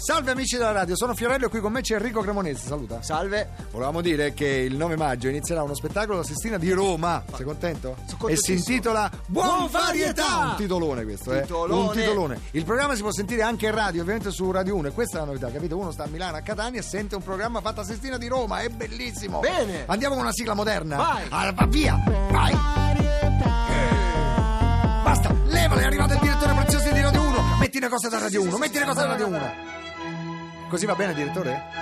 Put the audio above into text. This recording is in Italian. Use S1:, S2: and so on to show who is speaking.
S1: Salve amici della radio, sono Fiorello e qui con me c'è Enrico Cremonese. Saluta.
S2: Salve.
S1: Volevamo dire che il 9 maggio inizierà uno spettacolo alla Sistina di Roma. Sei contento?
S2: Sono
S1: E si
S2: contentissimo.
S1: intitola Buon
S2: Buon
S1: Varietà!
S2: Varietà!
S1: Un titolone questo, eh?
S2: Titolone.
S1: Un titolone. Il programma si può sentire anche in radio, ovviamente su Radio 1. E questa è la novità, capito? Uno sta a Milano, a Catania e sente un programma fatto a Sistina di Roma. È bellissimo.
S2: Bene.
S1: Andiamo con una sigla moderna.
S2: Vai.
S1: Ah, va via. Vai. Eh. Basta, levale, è arrivato il direttore prezioso di Radio 1. Metti le cose da Radio 1, metti le cose da Radio 1. Così va bene, direttore?